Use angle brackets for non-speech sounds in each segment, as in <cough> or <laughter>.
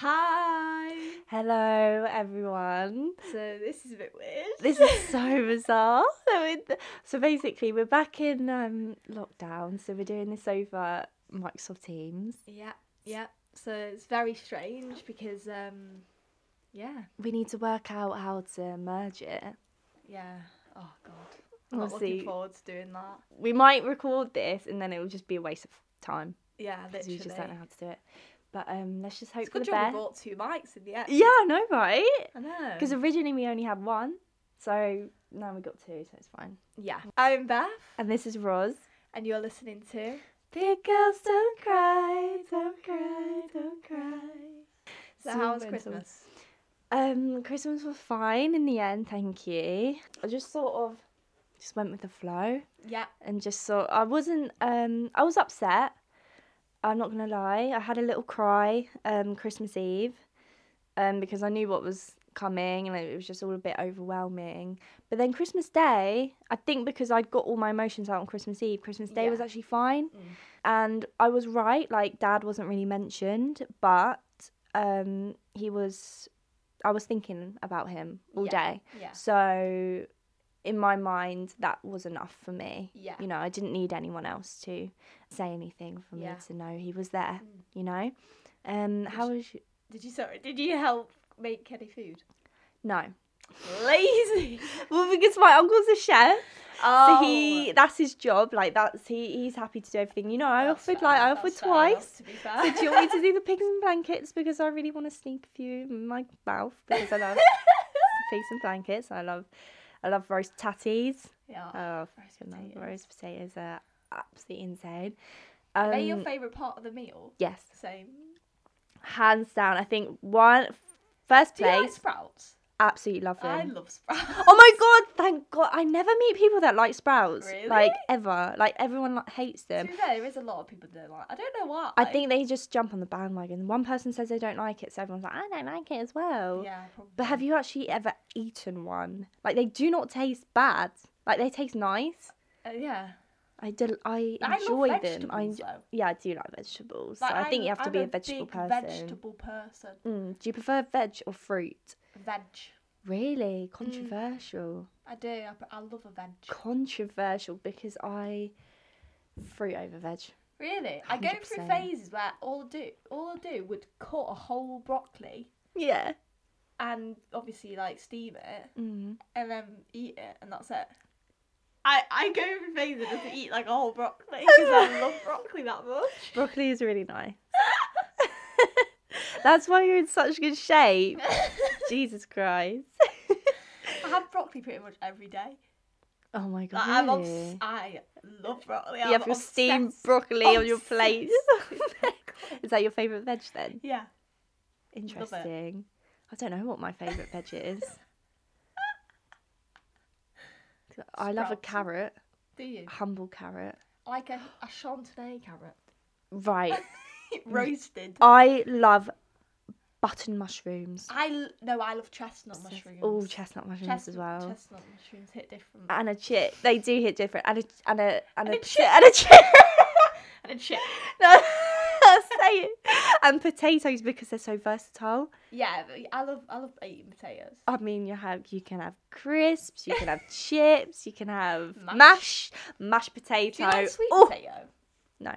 Hi. Hello, everyone. So this is a bit weird. This is <laughs> so bizarre. So, it, so basically, we're back in um, lockdown. So we're doing this over Microsoft Teams. yeah, yeah. So it's very strange because um yeah, We need to work out how to merge it. yeah. Oh god. I'm We'll not looking see. forward to doing that. We might record this, and then it will just be a waste of time Yeah, because literally. we just don't know how to do it. But um, let's just hope it's for good the job we best. bought two mics in the end. Yeah, I know, right? I know. Because originally we only had one, so now we got two, so it's fine. yeah. I'm Beth And this is Roz. and you're listening to Big girls don't cry, don't cry, don't cry. So So how was mental. Christmas? Um, Christmas was fine in the end, thank you. I just sort of just went with the flow Yeah. and just sort. I wasn't. Um, I was upset. I'm not gonna lie. I had a little cry. Um, Christmas Eve. Um, because I knew what was coming and it was just all a bit overwhelming. But then Christmas Day, I think because I'd got all my emotions out on Christmas Eve, Christmas Day Yeah. was actually fine. Mm. And I was right, like dad wasn't really mentioned, but um he was I was thinking about him all Yeah. day. Yeah. So in my mind that was enough for me. Yeah. You know, I didn't need anyone else to say anything for me Yeah. to know he was there, Mm. you know? Um how was you Did you sorry, did you help make any food? No. <laughs> Lazy. Well, because my uncle's a chef, oh. so he that's his job. Like that's he he's happy to do everything. You know, I That's offered fair, like I that's offered fair enough, twice. to be fair. So do you want me to do the pigs and blankets because I really want to sneak a few in my mouth because I love <laughs> pigs and blankets. I love I love roast tatties. Yeah. Oh, roast fucking love potatoes. roast potatoes are absolutely insane. Um, Are they your favourite part of the meal? yes, Same. hands down. I think one first Do you like place. sprouts? Absolutely love I them. love sprouts. Oh my god, thank god. I never meet people that like sprouts. Really? Like ever. Like everyone like, hates <laughs> them. To be fair, there is a lot of people that like. I don't know why. I think they just jump on the bandwagon. One person says they don't like it, so everyone's like, I don't like it as well. Yeah. Probably. But have you actually ever eaten one? Like they do not taste bad. Like they taste nice. Uh, yeah. I del- I I enjoy love them. I vegetables, en- though. yeah, I do like vegetables. Like, so I think I'm- you have to I'm be a vegetable big person. Vegetable person. Mm. Do you prefer veg or fruit? Veg. Really controversial. I do. I, I love a veg. Controversial because I fruit over veg. Really, I go through 100%. phases where all I do, all I do, would cut a whole broccoli Yeah. and obviously like steam it Mm. and then eat it, and that's it. I, I go through phases and just eat like a whole broccoli because <laughs> I love broccoli that much. Broccoli is really nice. <laughs> That's why you're in such good shape. Jesus Christ. I have broccoli pretty much every day. <laughs> oh my god. Like, I'm really? obs- I love broccoli. you I'm have your steamed obsessed. broccoli on your plate. Obsessed with broccoli. <laughs> is that your favourite veg then? yeah. Interesting. I don't know what my favourite veg is. <laughs> 'Cause I love a Sprouts. carrot, Do you? a humble carrot. Like a, a chantenay carrot. Right. <laughs> Roasted. I love button mushrooms. I l- no, I love chestnut mushrooms. Oh, chestnut mushrooms Chest- as well. Ah. Chestnut mushrooms hit different. and a chip. They do hit different. And a and a And and, a, a chip and a chip. <laughs> and a chip. no, say it. And potatoes because they're so versatile. Yeah, but I love I love eating potatoes. I mean, you have you can have crisps, you can <laughs> have chips, you can have Mash. mash, mash mashed potato. Do you like sweet Oh, potato? <gasps> no,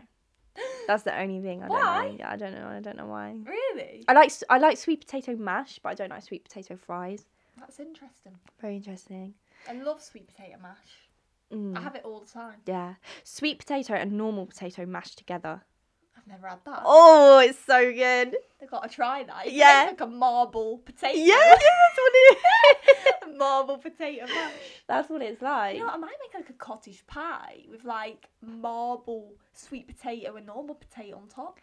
that's the only thing I Why? don't know. Yeah, I don't know. I don't know why. Really? I like s- I like sweet potato mash, but I don't like sweet potato fries. That's interesting. Very interesting. I love sweet potato mash. Mm, I have it all the time. yeah, sweet potato and normal potato mashed together. I've never had that. Oh, it's so good. They've got to try that. It's Yeah. like a marble potato. Yeah, yeah, that's what it is. <laughs> <laughs> A marble potato mash. that's what it's like. You know, what, I might make like a cottage pie with like marble sweet potato and normal potato on top.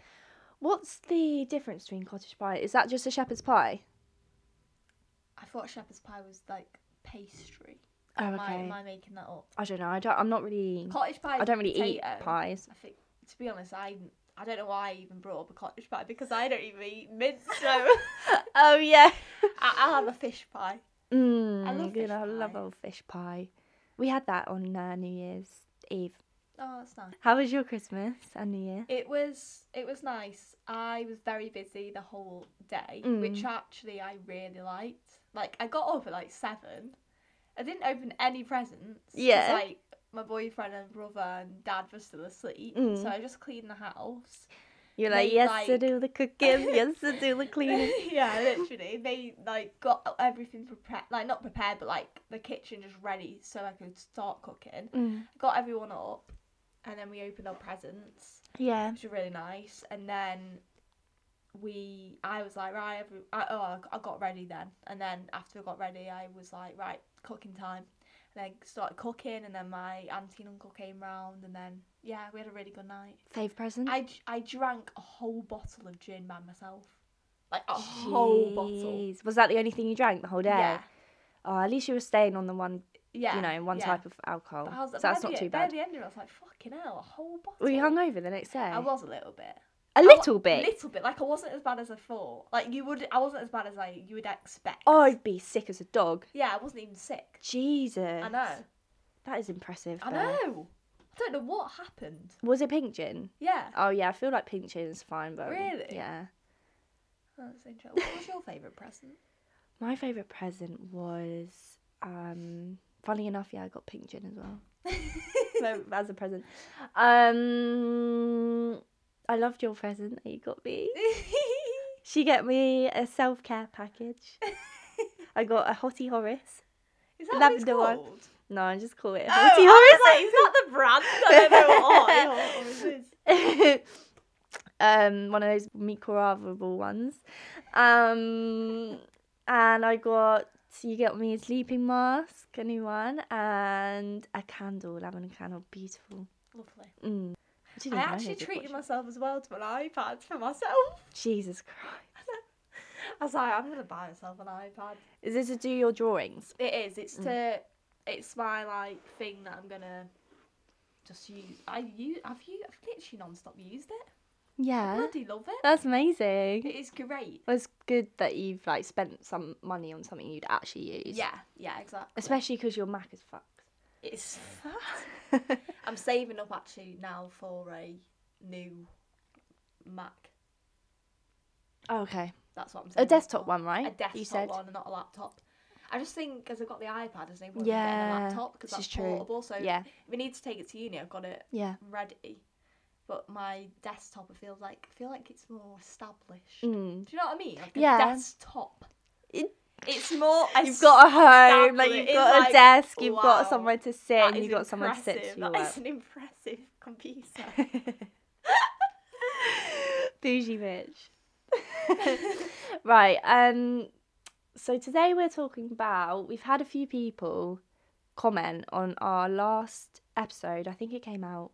What's the difference between cottage pie? Is that just a shepherd's pie? I thought shepherd's pie was like pastry. Oh, Am, I, am I making that up? I don't know. I don't. I'm not really. Cottage pie. I is don't really eat potato. pies. I think, to be honest, I I don't know why I even brought up a cottage pie because I don't even eat mince. <laughs> So <laughs> I, Oh yeah. I'll have a fish pie. Mm, I love good, fish I love pie. old fish pie. We had that on uh, New Year's Eve. Oh, that's nice. How was your Christmas and New Year? It was it was nice. I was very busy the whole day, Mm. which actually I really liked. Like I got up at like seven. I didn't open any presents. 'cause, Yeah. Like my boyfriend and brother and dad were still asleep, Mm. so I just cleaned the <laughs> house. You're like, Made, yes to like- do the cooking, yes to do <laughs> the cleaning. yeah, literally. They like got everything prepared, like not prepared, but like the kitchen just ready so I could start cooking. Mm, Got everyone up, and then we opened our presents. yeah. which was really nice. And then we, I was like, right, every, I, oh, I- I got ready then. And then after I got ready, I was like, right, cooking time. And I started cooking, and then my auntie and uncle came round, and then yeah, we had a really good night. Fave present. I, d- I drank a whole bottle of gin by myself, like a whole bottle. Jeez. Was that the only thing you drank the whole day? Yeah, Oh, at least you were staying on the one, yeah. you know, one yeah. type of alcohol. But I was, so like, that's by not the- e, too by bad. the end of it, I was like, fucking hell, a whole bottle. Were you hungover the next day? I was a little bit. A I wa- little bit. little bit. Like I wasn't as bad as I thought. Like you would, I wasn't as bad as like you would expect. Oh, I'd be sick as a dog. yeah, I wasn't even sick. Jesus. I know. That is impressive. I though. know. I don't know what happened. Was it pink gin? Yeah, Oh yeah, I feel like pink gin is fine, but Really? yeah. Oh, that's interesting. What was your favourite present? <laughs> My favourite present was, um, funny enough, yeah, I got pink gin <laughs> as well. no, as a present. Um, I loved your present that you got me. She got me a self care <laughs> package. I got a hottie Horace. Is that what it's Lavender one. called? No, I just call it a Oh, hottie I Horace. was like, is that the brand? I don't know <laughs> what hot or- or is this. um, one of those microwavable ones. Um, and I got you got me a sleeping mask, a new one, and a candle, lavender candle, beautiful. Lovely. Mm. I, didn't I even know actually I did treated watch- myself as well to an iPad for myself. Jesus Christ! I was like, I'm gonna buy myself an iPad. Is this to do your drawings? It is. It's Mm. to. It's my like thing that I'm gonna just use. I use. I've used. I've literally non-stop used it. I Yeah, Uh, bloody love it. <laughs> that's amazing. It is great. Well, it's good that you've like spent some money on something you'd actually use. Yeah. Yeah. Exactly. especially because your Mac is fucked. It's. I'm saving up actually now for a new Mac. <laughs> okay, That's what I'm a saying. desktop one, right? A desktop you said. one, and not a laptop. I just think because I've got the iPad, I think Yeah, yeah, a laptop because this is that's true. portable. So Yeah, if we need to take it to uni, I've got it yeah. ready, but my desktop I feel like I feel like it's more established. Mm. Do you know what I mean? Like a Yeah. desktop. It- it's more. <laughs> You've got a home, Established. like you've It's got a like, desk, you've got wow, somewhere to sit, that and is you've got somewhere to sit impressive. to That your work. is an impressive computer. <laughs> Bougie bitch. <laughs> right. Um. So today we're talking about. We've had a few people comment on our last episode. I think it came out.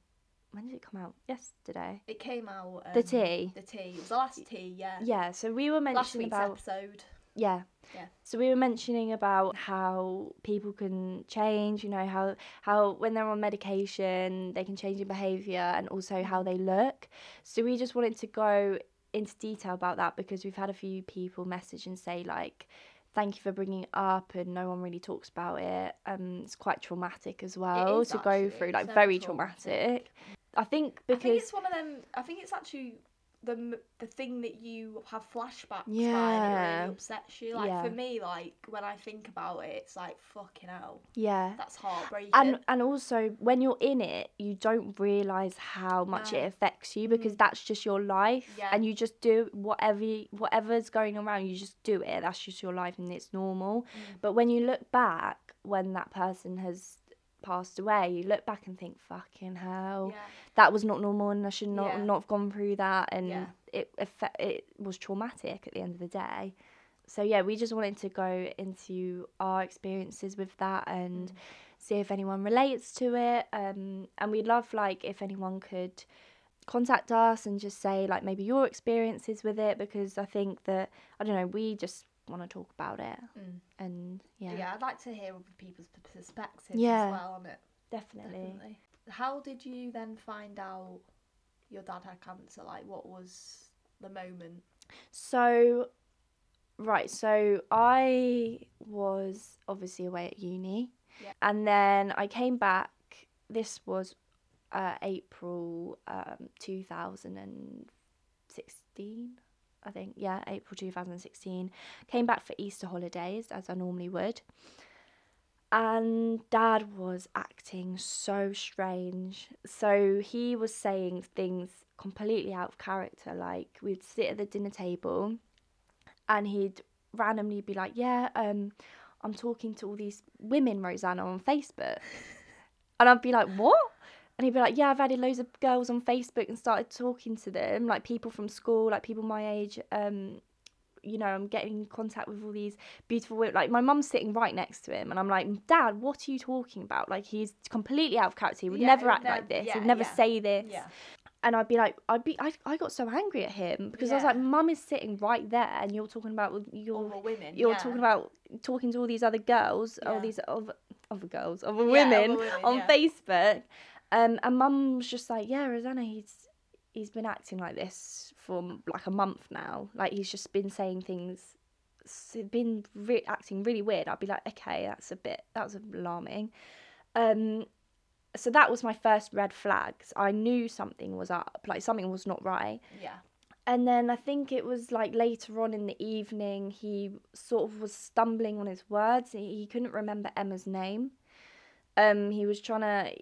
When did it come out? Yesterday. it came out. Um, The tea. The tea. It was the last tea. Yeah. Yeah. So we were last mentioning week's about. episode. Yeah. Yeah. So we were mentioning about how people can change, you know, how how when they're on medication, they can change their behavior and also how Mm-hmm. they look. So we just wanted to go into detail about that because we've had a few people message and say like thank you for bringing it up and no one really talks about it um it's quite traumatic as well is to go actually, through it's like very very traumatic. traumatic i think I think because it's one of them. I think it's actually the m- the thing that you have flashbacks by that Yeah. really upsets you. Like Yeah. for me, like when I think about it, it's like fucking hell. yeah That's heartbreaking. and and also when you're in it you don't realize how much No. it affects you because that's just your life Yeah. and you just do whatever you- whatever's going around you just do it that's just your life and it's normal but when you look back when that person has passed away you look back and think fucking hell yeah. that was not normal and I should not Yeah. not have gone through that and Yeah. it affe- it was traumatic at the end of the day. So yeah, we just wanted to go into our experiences with that and Mm. see if anyone relates to it. Um, and we'd love like if anyone could contact us and just say like maybe your experiences with it because I think that I don't know we just want to talk about it Mm. and yeah, Yeah. I'd like to hear other people's p- perspectives Yeah. as well on it. definitely. Definitely. How did you then find out your dad had cancer? Like, what was the moment? So, right, so I was obviously away at uni, Yeah. and then I came back. This was uh, April um, 2016, I think. Yeah, April 2016. Came back for Easter holidays, as I normally would. And dad was acting so strange. So he was saying things completely out of character. Like, we'd sit at the dinner table and he'd randomly be like, Yeah, um, I'm talking to all these women, Rosanna, on <laughs> Facebook. And I'd be like, What? And he'd be like, Yeah, I've added loads of girls on Facebook and started talking to them, like people from school, like people my age. Um, you know, I'm getting in contact with all these beautiful women. Like, my mum's sitting right next to him, and I'm like, Dad, what are you talking about? Like, he's completely out of character. He would Yeah, never he'd act nev- like this. yeah, he'd never yeah. say this Yeah. and I'd be like, I'd be, I, I got so angry at him because I was Yeah. like, Mum is sitting right there, and you're talking about All you're the women. you're yeah. talking about talking to all these other girls, all Yeah. these other, other girls, other Yeah, women, other women, on yeah. Facebook, um, and Mum's just like, yeah, Rosanna, he's he's been acting like this for like a month now, like he's just been saying things. s been re- acting really weird. I'd be like, okay, that's a bit, that was alarming. Um, so that was my first red flags. I knew something was up, like something was not right. Yeah. And then I think it was like later on in the evening, he sort of was stumbling on his words. He, he couldn't remember Emma's name. Um, he was trying to.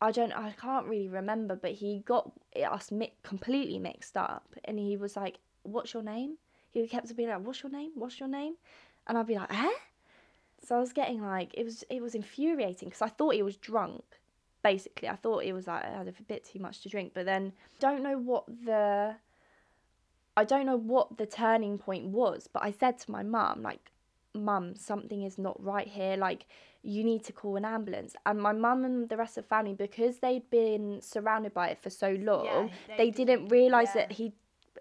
I don't. I can't really remember, but he got us mi- completely mixed up, and he was like, "What's your name?" He kept being like, "What's your name? What's your name?" And I'd be like, "Eh." So I was getting like it was it was infuriating because I thought he was drunk. Basically, I thought he was like I had a bit too much to drink, but then don't know what the I don't know what the turning point was, but I said to my mum like, "Mum, something is not right here. Like, you need to call an ambulance." And my mum and the rest of the family, because they'd been surrounded by it for so long, they they, didn't realize yeah. that he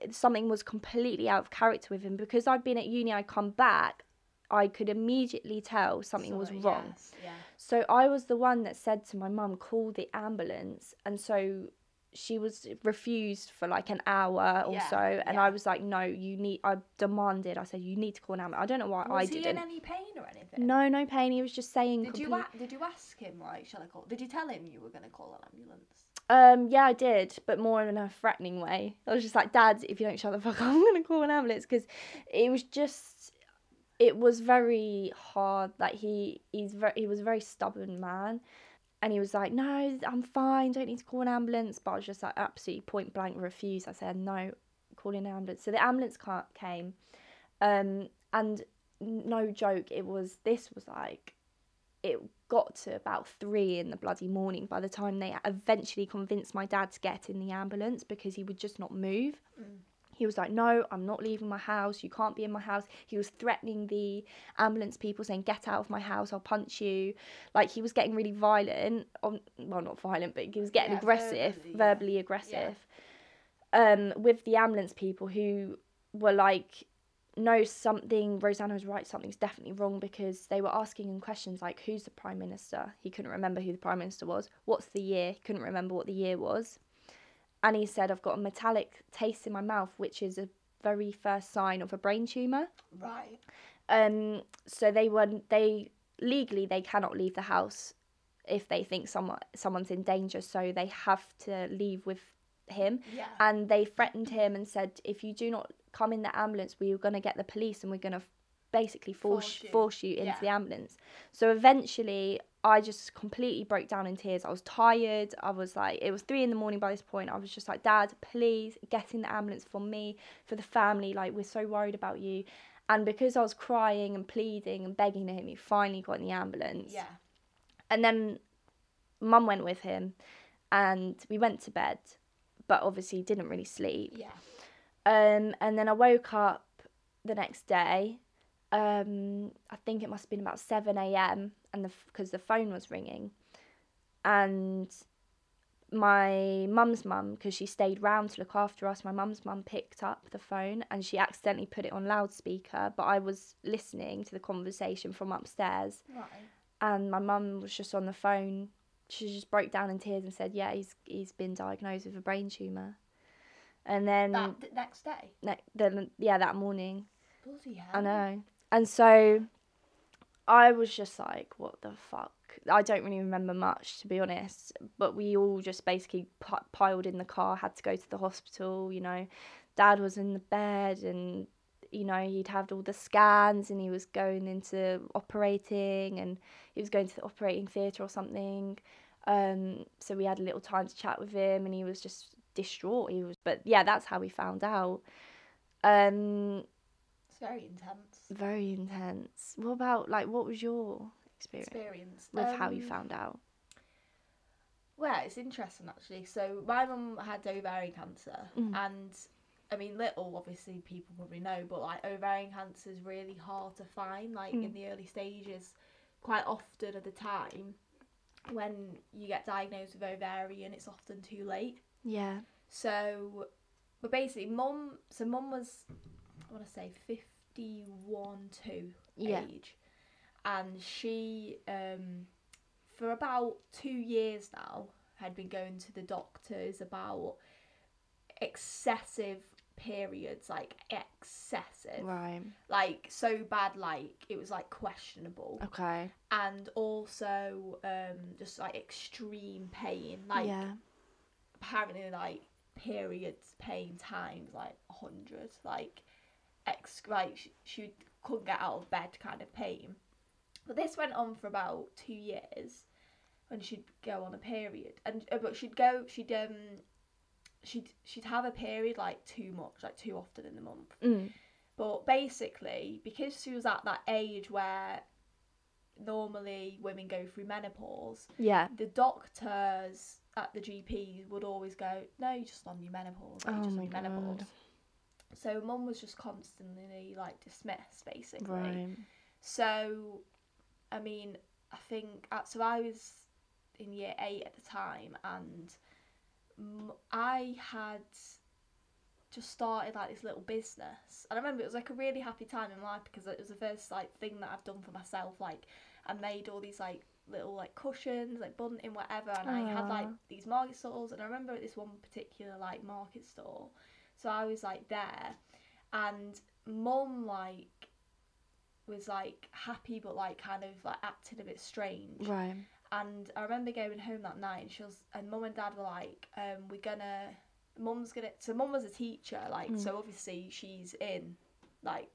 something was completely out of character with him because I'd been at uni I come back I could immediately tell something was Something, wrong yes, Yeah. so I was the one that said to my mum call the ambulance and so she was refused for like an hour or Yeah, so and yeah. I was like no you need I demanded I said you need to call an ambulance I don't know why Was I he in didn't any pain or anything? no no pain he was just saying Did you complete- a- did you ask him like shall I call? Did you tell him you were going to call an ambulance? Um, yeah, I did, but more in a threatening way. I was just like, Dad, if you don't shut the fuck up, <laughs> I'm gonna call an ambulance because it was just, it was very hard. Like he, he's very, he was a very stubborn man, and he was like, No, I'm fine. Don't need to call an ambulance. But I was just like, absolutely point blank refuse. I said, No, calling an ambulance. So the ambulance car came, um, and no joke, it was this was like it got to about three in the bloody morning by the time they eventually convinced my dad to get in the ambulance because he would just not move. Mm. He was like, No, I'm not leaving my house. You can't be in my house. He was threatening the ambulance people, saying, Get out of my house. I'll punch you. Like, he was getting really violent. On, well, not violent, but he was getting Yeah, aggressive, verbally, verbally, yeah. aggressive um, with the ambulance people who were like, no, something, Rosanna was right, something's definitely wrong because they were asking him questions like, who's the Prime Minister? He couldn't remember who the Prime Minister was. What's the year? He couldn't remember what the year was. And he said, I've got a metallic taste in my mouth, which is a very first sign of a brain tumour. Right. Um, so they were, they, legally, they cannot leave the house if they think someone, someone's in danger. So they have to leave with him Yeah. and they threatened him and said, if you do not come in the ambulance, we are going to get the police and we're going to basically force Force force you. you, into Yeah. the ambulance. So eventually, I just completely broke down in tears. I was tired. I was like, it was three in the morning by this point. I was just like, Dad, please get in the ambulance for me, for the family. Like, we're so worried about you. And because I was crying and pleading and begging him, he finally got in the ambulance. yeah. And then mum went with him and we went to bed, but obviously didn't really sleep. Yeah. Um, and then I woke up the next day. Um, I think it must have been about seven a.m. and because the, phone was ringing, and my mum's mum because she stayed round to look after us. My mum's mum picked up the phone and she accidentally put it on loudspeaker, but I was listening to the conversation from upstairs, Right. and my mum was just on the phone. She just broke down in tears and said, "Yeah, he's he's been diagnosed with a brain tumor." And then That the next day. ne- the, yeah that morning Bloody hell. i know and so i was just like what the fuck I don't really remember much, to be honest. But we all just basically p- piled in the car, had to go to the hospital. You know, dad was in the bed, and you know he'd had all the scans, and he was going into operating, and he was going to the operating theatre or something. Um, so we had a little time to chat with him, and he was just distraught. He was, but yeah, that's how we found out. Um, It's very intense very intense. What about like what was your experience, experience. with how you Um, found out? Well, it's interesting actually. So my mum had ovarian cancer, Mm. and I mean, little obviously people probably know, but like ovarian cancer is really hard to find, like in Mm. the early stages, quite often at the time. When you get diagnosed with ovarian, it's often too late. Yeah. So, but basically, mum. So mum was, I want to say fifty-one, two Yeah. age, and she, um, for about two years now, had been going to the doctors about excessive periods, like excessive, Right. like so bad, like it was like questionable, Okay. and also um, just like extreme pain, like yeah. apparently like periods pain times like a hundred like ex like she, she couldn't get out of bed kind of pain but this went on for about two years and she'd go on a period and uh, but she'd go she'd um she'd she'd have a period like too much like too often in the month Mm. but basically, because she was at that age where normally women go through menopause, Yeah. the doctors at the GP would always go, "No, you're just on your menopause. like, Oh you're just on my your menopause." God. So mum was just constantly like dismissed, basically. Right. So, I mean, I think uh, so. I was in year eight at the time, and m- I had just started like this little business. And I remember it was like a really happy time in life because it was the first like thing that I've done for myself. Like, I made all these like little like cushions, like bunting, whatever, and I had like Aw. these market stalls. And I remember at this one particular like market stall, so I was like there, and mum like was like happy but like kind of like acted a bit strange. Right. And I remember going home that night and she was and mum and dad were like, um, we're gonna mum's gonna so mum was a teacher, like Mm. so obviously she's in like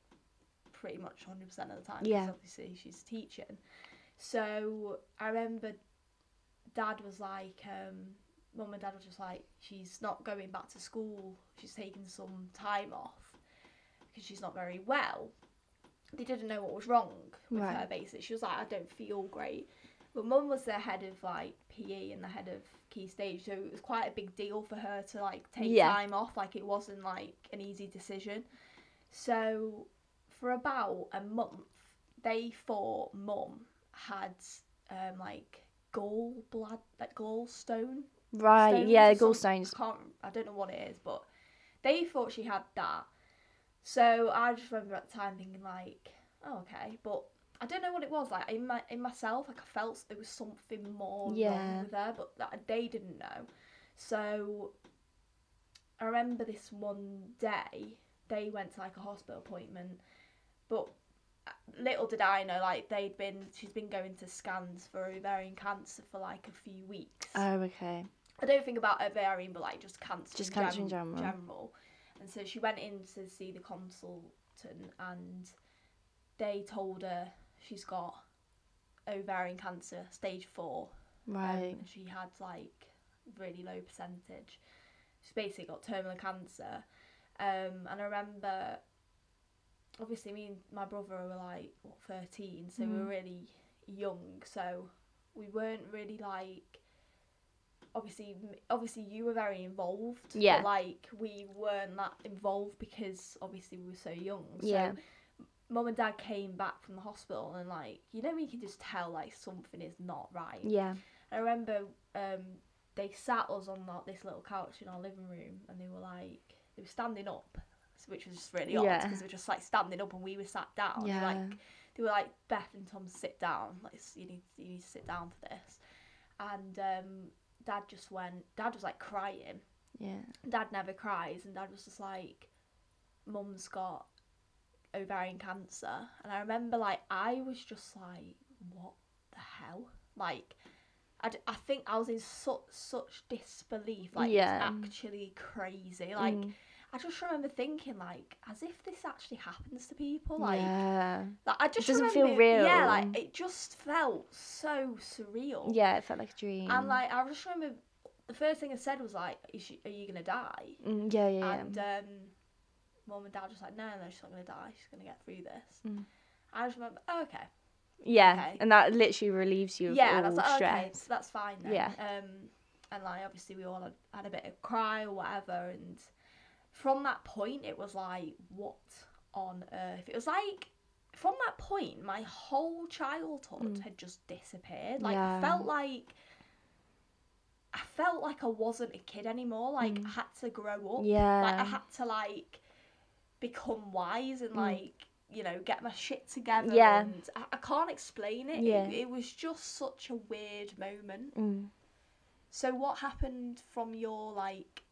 pretty much hundred percent of the time Yeah. because obviously she's teaching. So I remember dad was like, um, mum and dad were just like, she's not going back to school, she's taking some time off because she's not very well. They didn't know what was wrong with Right. her basically. She was like, I don't feel great. But mum was the head of like PE and the head of key stage, so it was quite a big deal for her to like take Yeah. time off. Like it wasn't like an easy decision. So for about a month, they thought mum had um, like gallblad like gallstone. Right. stones yeah. or something. Gallstones. I can't. I don't know what it is, but they thought she had that. So I just remember at the time thinking like, oh, okay, but I don't know what it was. Like in my in myself, like I felt there was something more Yeah. wrong with her, but that they didn't know. So I remember this one day they went to like a hospital appointment, but uh, little did I know like they'd been she's been going to scans for ovarian cancer for like a few weeks. Oh, okay. I don't think about ovarian, but like just cancer. Just cancer in general. general. And so she went in to see the consultant, and they told her she's got ovarian cancer, stage four. Um, Right. she had like really low percentage. She's basically got terminal cancer. Um, and I remember, obviously, me and my brother were like what thirteen, so we were Mm. really young. So we weren't really like, obviously, obviously you were very involved. but, Yeah. like we weren't that involved because obviously we were so young. So Yeah. Mum and dad came back from the hospital and like you know you can just tell like something is not right. yeah. I remember um, they sat us on like, this little couch in our living room, and they were like they were standing up, so- which was just really odd Yeah. because they were just like standing up, and we were sat down. They were Yeah. like they were like Beth and Tom, sit down. Like s- you need you need to sit down for this. And um, Dad just went. Dad was like crying. yeah. Dad never cries, and Dad was just like, "Mum's got ovarian cancer," and I remember like I was just like, "What the hell? like I, d- I think I was in such such disbelief like Yeah. it's actually crazy like Mm. I just remember thinking like as if this actually happens to people like yeah. like, I just doesn't feel remember it- Yeah, like real. it just felt so surreal. Yeah, it felt like a dream. oh. And like I just remember the first thing I said was like, "Is you, "Are you gonna die?" Mm, yeah, yeah, yeah. And um, mum and dad was like, "No, no, she's not gonna die. She's gonna get through this." Mm. I just remember, oh, okay, yeah, okay. and that literally relieves you of yeah, all and I was like, "Oh, okay, stress. so that's fine then. Yeah. Um, and like obviously we all had, had a bit of cry or whatever, and from that point it was like, what on earth? It was like. From that point, my whole childhood had just disappeared. Like Mm. Yeah. I felt like I felt like I wasn't a kid anymore. Like Mm. I had to grow up. Yeah. Mm. Like I had to like become wise and like you know get my shit together. Yeah. And I, I can't explain it. It- Yeah. It, was just such a weird moment. Mm. So what happened from your like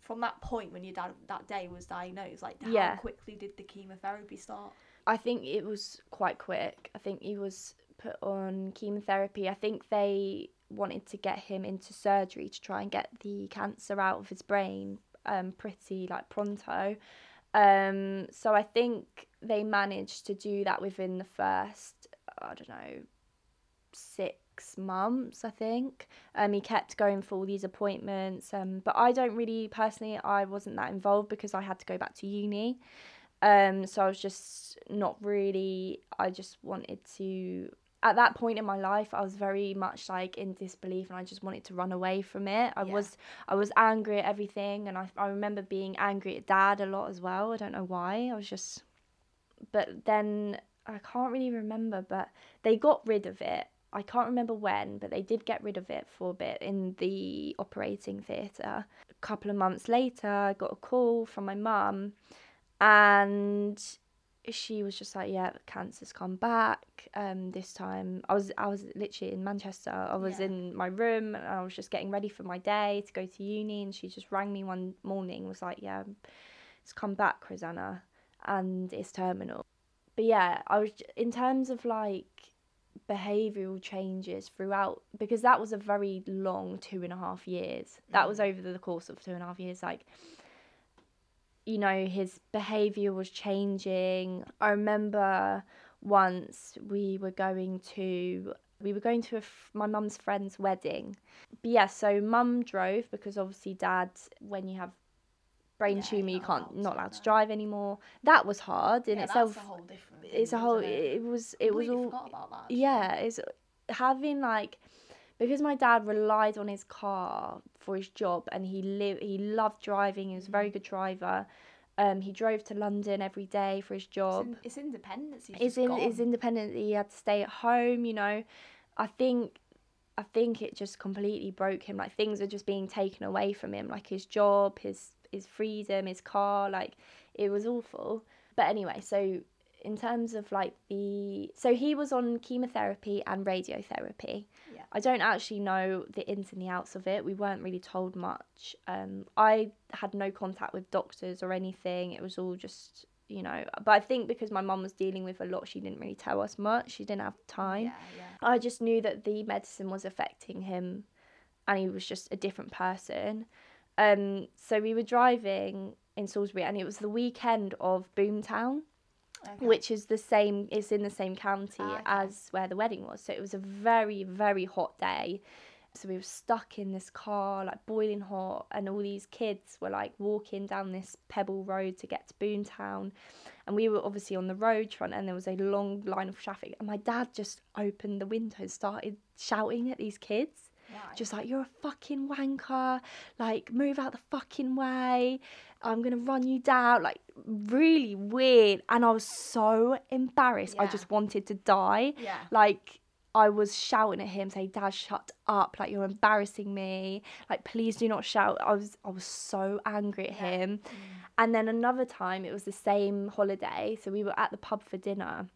from that point when your dad that day was diagnosed? Like how Yeah. quickly did the chemotherapy start? I think it was quite quick. I think he was put on chemotherapy. I think they wanted to get him into surgery to try and get the cancer out of his brain um, pretty like pronto. Um, so I think they managed to do that within the first, I don't know, six months, I think. Um, he kept going for all these appointments. Um, but I don't really, personally, I wasn't that involved because I had to go back to uni um so i was just not really i just wanted to at that point in my life i was very much like in disbelief and i just wanted to run away from it i Yeah. was i was angry at everything and I, I remember being angry at dad a lot as well i don't know why i was just but then i can't really remember but they got rid of it i can't remember when but they did get rid of it for a bit in the operating theatre a couple of months later i got a call from my mum and she was just like, "Yeah, cancer's come back." Um, this time I was I was literally in Manchester. I was Yeah. in my room and I was just getting ready for my day to go to uni, and she just rang me one morning, was like, "Yeah, it's come back, Rosanna, and it's terminal." But yeah, I was in terms of like behavioural changes throughout because that was a very long two and a half years. That Mm. was over the course of two and a half years, like you know, his behaviour was changing. I remember once we were going to we were going to a f- my mum's friend's wedding. But yeah, so mum drove because obviously dad, when you have brain Yeah, tumour, you you're not can't allowed not to, allowed to no. drive anymore. That was hard in yeah, itself. that's a whole different. thing, it's a isn't whole. it? It was. It was Completely all. forgot about that. actually. Yeah, it's having like because my dad relied on his car for his job and he lived he loved driving, he was a Mm-hmm. very good driver. Um he drove to London every day for his It's, job. in, it's independence. he's Is just in gone. is independent that he had to stay at home, you know. I think I think it just completely broke him. Like things were just being taken away from him, like his job, his his freedom, his car, like it was awful. But anyway, so in terms of like the so he was on chemotherapy and radiotherapy. Yeah. I don't actually know the ins and the outs of it. We weren't really told much. Um, I had no contact with doctors or anything. It was all just you know. But I think because my mum was dealing with a lot, she didn't really tell us much. She didn't have time. Yeah, yeah. I just knew that the medicine was affecting him and he was just a different person. Um, so we were driving in Salisbury and it was the weekend of Boomtown, Okay. which is the same, it's in the same county Ah, okay. as where the wedding was. So it was a very, very hot day. So we were stuck in this car, like boiling hot, and all these kids were like walking down this pebble road to get to Boomtown. And we were obviously on the road front, and there was a long line of traffic. And my dad just opened the window and started shouting at these kids, Right. just like, You're a fucking wanker, like, move out the fucking way, I'm gonna run you down, like, really weird. And I was so embarrassed, I Yeah. just wanted to die yeah. like I was shouting at him, saying, "Dad, shut up! Like you're embarrassing me! Like please do not shout!" I was I was so angry at Yeah. Mm. him. And then another time, it was the same holiday, so we were at the pub for dinner,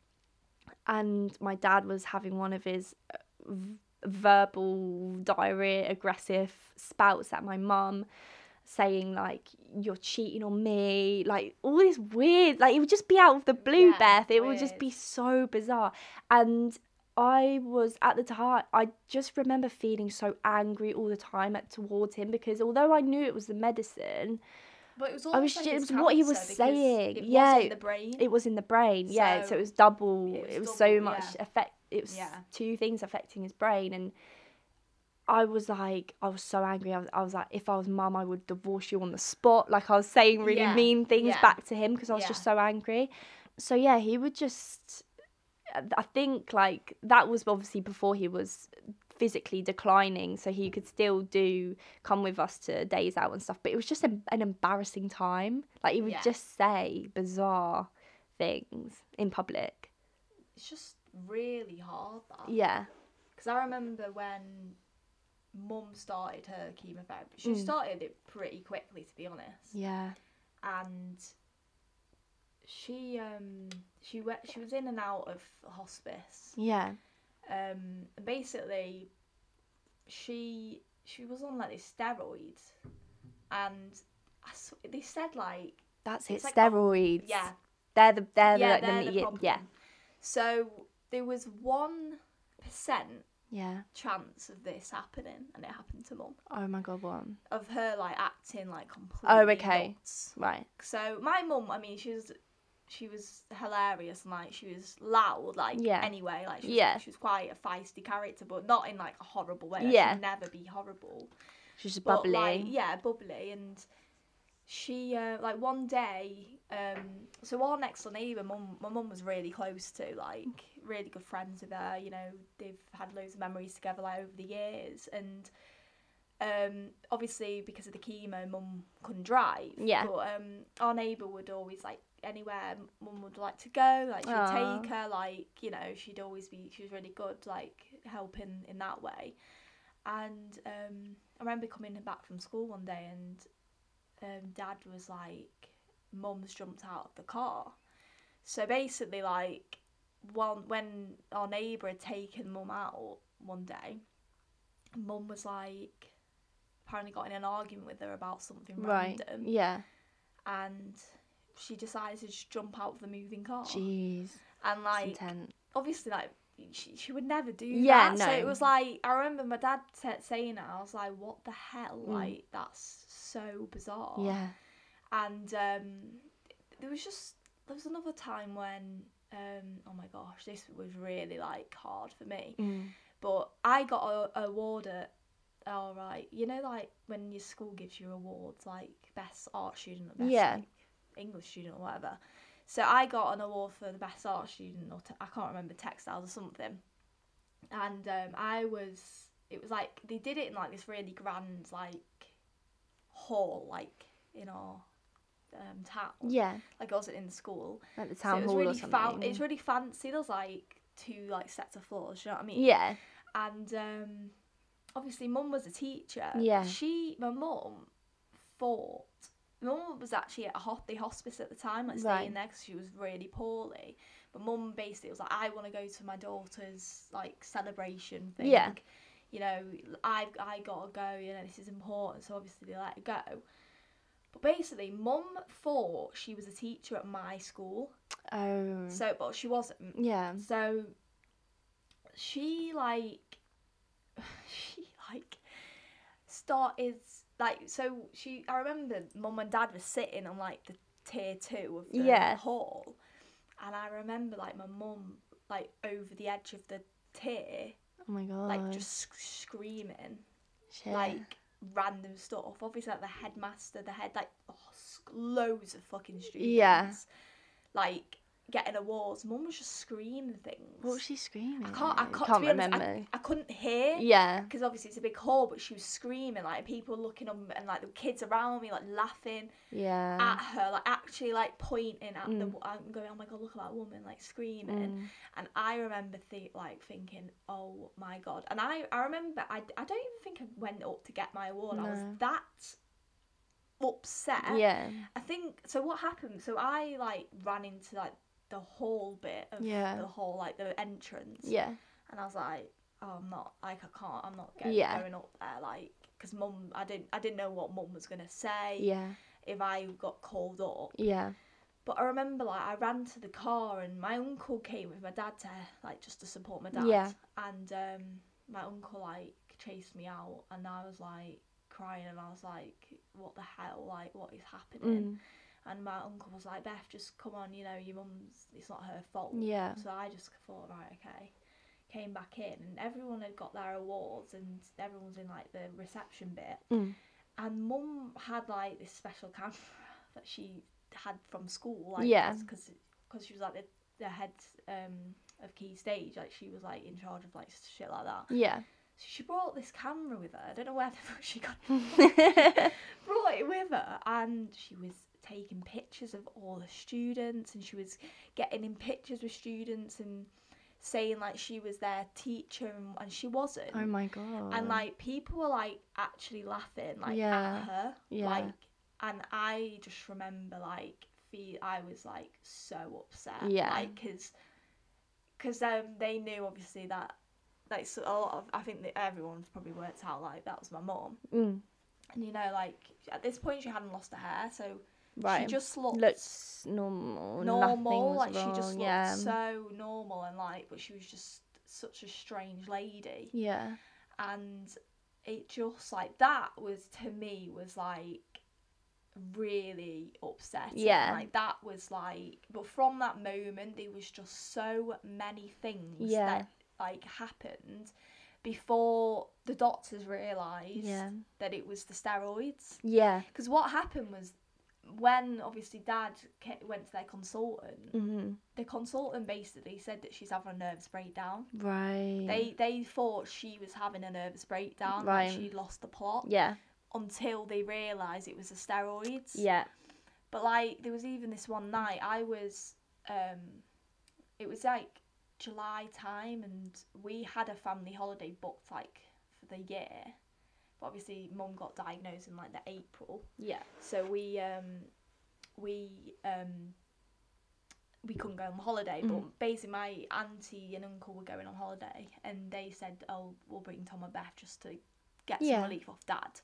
and my dad was having one of his uh, v- verbal diarrhea aggressive spouts at my mum saying like you're cheating on me like all this weird like it would just be out of the blue Yeah, beth it would just weird. be so bizarre and I was at the time, I just remember feeling so angry all the time at, towards him because although I knew it was the medicine, But it was all. I was ju- it was what he was saying, yeah. in the brain. it was in the brain. yeah, so So it was double. it was It was so double, much yeah. affect. It was Yeah. two things affecting his brain, and I was like, I was so angry. I was, I was like, if I was mum, I would divorce you on the spot. Like I was saying really Yeah, mean things yeah. back to him because I was just Yeah. so angry. So yeah, he would just. I think like that was obviously before he was physically declining, so he could still do come with us to days out and stuff. But it was just em- an embarrassing time. Like he would Yeah. just say bizarre things in public. it's just really hard. That. Yeah, Because I remember when mum started her chemotherapy. She Mm. started it pretty quickly, to be honest. yeah, And she um she went she was in and out of hospice. yeah, Um, and basically, she she was on like these steroids, and I s they said like that's it. It's like, oh, steroids. yeah they're the they're yeah the, they're like, the, the yeah, problem. yeah So there was one percent yeah. chance of this happening, and it happened to mum. Oh my god, one of her like acting like completely Oh, okay. nuts. right. So my mum, I mean, she was she was hilarious and like she was loud, like Yeah. anyway, like she was, Yeah. she was quite a feisty character, but not in like a horrible way. Yeah. yeah, she'd never be horrible. She's just But, bubbly. like, yeah, bubbly and. She uh, like one day, um, so our next door neighbour, mum, my mum was really close to, like really good friends with her. You know, they've had loads of memories together like over the years, and um, obviously because of the chemo, mum couldn't drive. Yeah. But um, our neighbour would always like anywhere mum would like to go, like she'd Aw. take her, like you know, she'd always be. She was really good, like helping in that way. And um, I remember coming back from school one day, and um, Dad was like, "Mum's jumped out of the car." So basically, like one when our neighbour had taken mum out one day, mum was like apparently got in an argument with her about something right. random, Yeah. and she decided to just jump out of the moving car. Jeez. and That's like intense. obviously, like she, she would never do Yeah, that. So it no. was like I remember my dad sa- saying that I was like, "What the hell? Mm. Like that's so bizarre." Yeah. and um, there was just there was another time when um, oh my gosh this was really like hard for me Mm. but I got a, a award at all right you know like when your school gives you awards like best art student or best Yeah. like, English student or whatever so I got an award for the best art student or te- I can't remember textiles or something and um, I was it was like they did it in like this really grand like hall like in our um, town Yeah. like I wasn't in school At the so town it was hall really or something. Fa- it's really fancy there's like two like sets of floors you know what I mean yeah. and um, obviously mum was a teacher Yeah. she my mum thought my mum was actually at a ho- the hospice at the time like staying Right. there because she was really poorly but mum basically was like I want to go to my daughter's like celebration thing Yeah. you know I've I gotta go you know this is important so obviously they let her go but basically mum thought she was a teacher at my school Oh. so but she wasn't yeah. so she like <sighs> she like started like so she I remember mum and dad were sitting on like the tier two of the Yeah. hall and I remember like my mum like over the edge of the tier Oh my god. like just sc- screaming Shit. like random stuff. Obviously, like the headmaster, the head, like oh, s- loads of fucking students. Yeah. Like getting awards. Mum was just screaming things. What was she screaming? I can't. I can't, to be honest, remember. I- I, couldn't hear. yeah. Because obviously it's a big hall, but she was screaming. Like people looking up and like the kids around me, like laughing Yeah. at her, like actually like pointing at the. Mm. I'm going, oh my god, look at that woman, like screaming. Mm. And I remember th- like thinking, oh my god. And I, I remember, I, I don't even think I went up to get my award. I was No. that upset. Yeah. I think, so what happened? So I like ran into like the hall bit of Yeah. the hall, like the entrance. Yeah. And I was like, oh, I'm not, like I can't, I'm not going, Yeah. going up there. Like, because mum, I didn't, I didn't know what mum was going to say Yeah. if I got called up. Yeah. But I remember like I ran to the car and my uncle came with my dad to like just to support my dad. Yeah. And um, my uncle like chased me out and I was like crying and I was like, what the hell? Like what is happening? Mm. And my uncle was like, Beth, just come on, you know, your mum's, it's not her fault. Yeah. So I just thought, right, okay. Came back in, and everyone had got their awards, and everyone's in like the reception bit. Mm. And mum had like this special camera <laughs> that she had from school, like, Yeah. because she was like the, the head um, of Key Stage, like, she was like in charge of like shit like that. <laughs> Yeah. So she brought this camera with her. I don't know where the <laughs> fuck she got it from brought it with her and she was taking pictures of all the students and she was getting in pictures with students and saying like she was their teacher and, and she wasn't oh my god. and like people were like actually laughing like Yeah. at her Yeah. like and i just remember like feel i was like so upset Yeah. like because because um they knew obviously that like so a lot of i think that everyone's probably worked out like that was my mom Mm. and you know, like at this point, she hadn't lost her hair, so Right. she just looked looks normal. Nothing normal. was Like she just wrong, looked yeah. so normal and like, but she was just such a strange lady, Yeah. and it just like that was to me was like really upsetting. Yeah. like that was like, but from that moment, there was just so many things Yeah. that like happened before the doctors realised Yeah. that it was the steroids. Yeah. Because what happened was when obviously dad ca- went to their consultant, hmm the consultant basically said that she's having a nervous breakdown. Right. They they thought she was having a nervous breakdown, Right. like she lost the plot Yeah. until they realised it was the steroids. Yeah. But like there was even this one night I was um it was like July time and we had a family holiday booked like for the year. But obviously mum got diagnosed in like the April. Yeah. So we um we um we couldn't go on holiday, but basically my auntie and uncle were going on holiday, and they said, "Oh, we'll bring Tom and Beth just to get Yeah. some relief off Dad."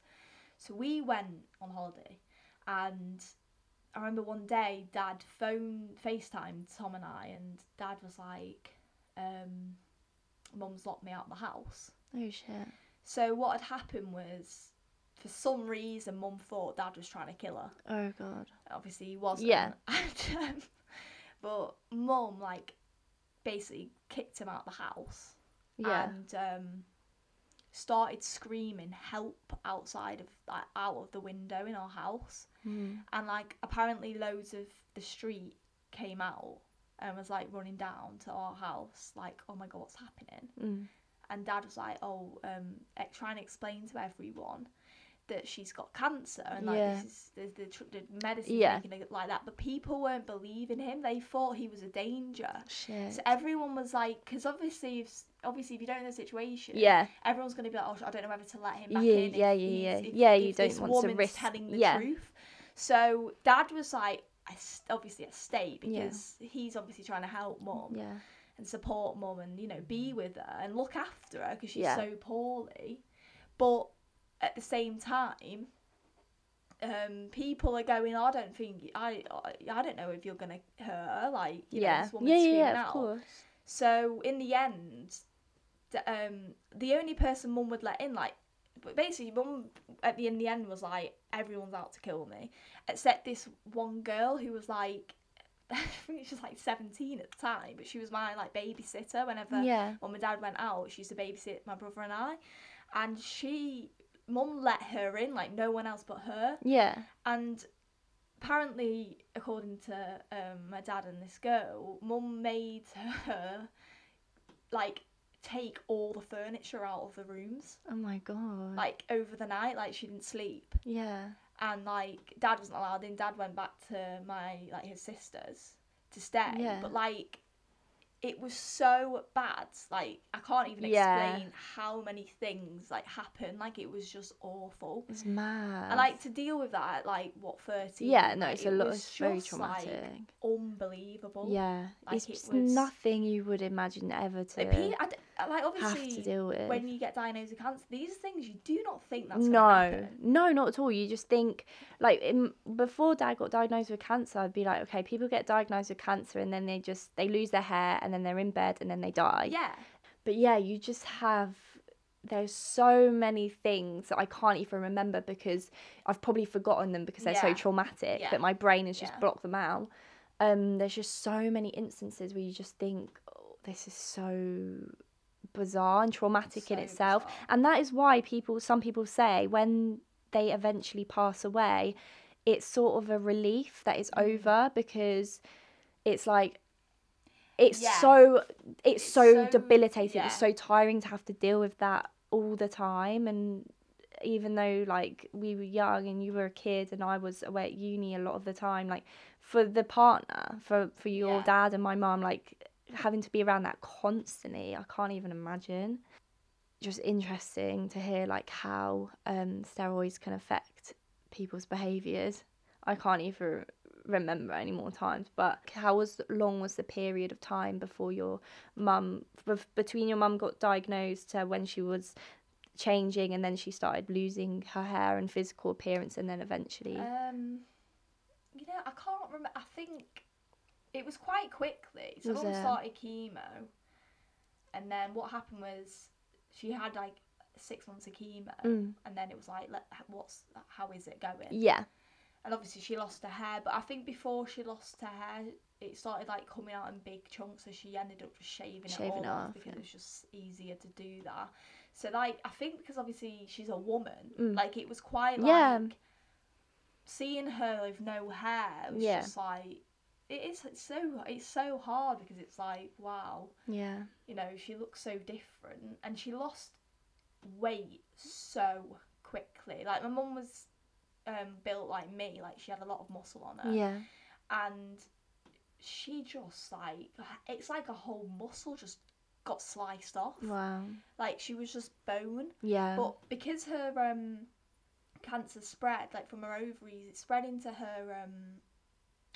So we went on holiday, and I remember one day Dad phone FaceTimed Tom and I, and Dad was like, um, "Mum's locked me out of the house." Oh shit. So what had happened was, for some reason, Mum thought Dad was trying to kill her Oh god. obviously he wasn't. Yeah. <laughs> And, um, but mum like basically kicked him out the house Yeah. and um, started screaming help outside of like out of the window in our house Mm. and like apparently loads of the street came out and was like running down to our house like oh my god what's happening Mm. and dad was like oh um ex- try and explain to everyone that she's got cancer and like Yeah. this is the, the, tr- the medicine Yeah. making it like that but people weren't believing him they thought he was a danger Shit. so everyone was like because obviously if s- obviously if you don't know the situation yeah. everyone's going to be like oh sh- i don't know whether to let him back Yeah, in if yeah, yeah, he's- yeah. if- Yeah, you if don't this want to woman's risk- telling the yeah. truth so dad was like I s- obviously at state Yeah. because he's obviously trying to help mom Yeah. and support mum and you know be with her and look after her because she's Mm. Yeah. so poorly but at the same time um people are going i don't think i i, I don't know if you're gonna hurt her like you know, Yeah. this woman's Yeah. Yeah. screaming Yeah. Of out. course. so in the end d- um the only person mum would let in like but basically mum at the in the end was like everyone's out to kill me except this one girl who was like <laughs> I think she was like 17 at the time, but she was my like babysitter whenever Yeah. when my dad went out, she used to babysit my brother and I. And she, mum let her in, like no one else but her. Yeah. And apparently, according to um, my dad and this girl, mum made her like take all the furniture out of the rooms, Oh my god. like over the night, like she didn't sleep. yeah. And like dad wasn't allowed in, dad went back to my like his sisters to stay. Yeah. But like it was so bad. Like I can't even Yeah. explain how many things like happened. Like it was just awful. It's mad. And like to deal with that at like what thirteen. Yeah. No. like, It's a it lot. was It's very just, traumatic. Like, unbelievable. yeah. like, it's it just was- nothing you would imagine ever to. Like, pe- I d- like have obviously to deal with. when you get diagnosed with cancer, these are things you do not think that's no, gonna happen. no, not at all. You just think like in, before Dad got diagnosed with cancer, I'd be like, okay, people get diagnosed with cancer and then they just they lose their hair and then they're in bed and then they die. Yeah, But yeah, you just have there's so many things that I can't even remember because I've probably forgotten them because they're so Yeah. traumatic Yeah. that my brain has just Yeah. blocked them out. Um, there's just so many instances where you just think oh, this is so bizarre and traumatic in So itself. bizarre. And that is why people, some people say, when they eventually pass away, it's sort of a relief that it's over because it's like, it's Yeah. so, it's, It's so, so- debilitating. yeah. It's so tiring to have to deal with that all the time. And even though like we were young and you were a kid and I was away at uni a lot of the time, like for the partner, for for your Yeah. dad and my mom, like having to be around that constantly, I can't even imagine just interesting to hear like how um, steroids can affect people's behaviors. I can't even remember any more times, but how was long was the period of time before your mum bef- between your mum got diagnosed to when she was changing and then she started losing her hair and physical appearance and then eventually Um, you know, I can't remember. I think it was quite quickly. So Was mum it? started chemo, and then what happened was she had like six months of chemo, Mm. and then it was like, let- what's how is it going? yeah And obviously she lost her hair, but I think before she lost her hair, it started like coming out in big chunks, so she ended up just shaving, Shaving it all it off off, because yeah. it was just easier to do that. So like I think because obviously she's a woman, Mm. like it was quite like Yeah. seeing her with no hair was Yeah. just like it is it's so it's so hard because it's like wow yeah you know she looks so different and she lost weight so quickly like my mum was um, built like me like she had a lot of muscle on her yeah and she just like it's like a whole muscle just got sliced off wow like she was just bone yeah but because her um cancer spread like from her ovaries it spread into her um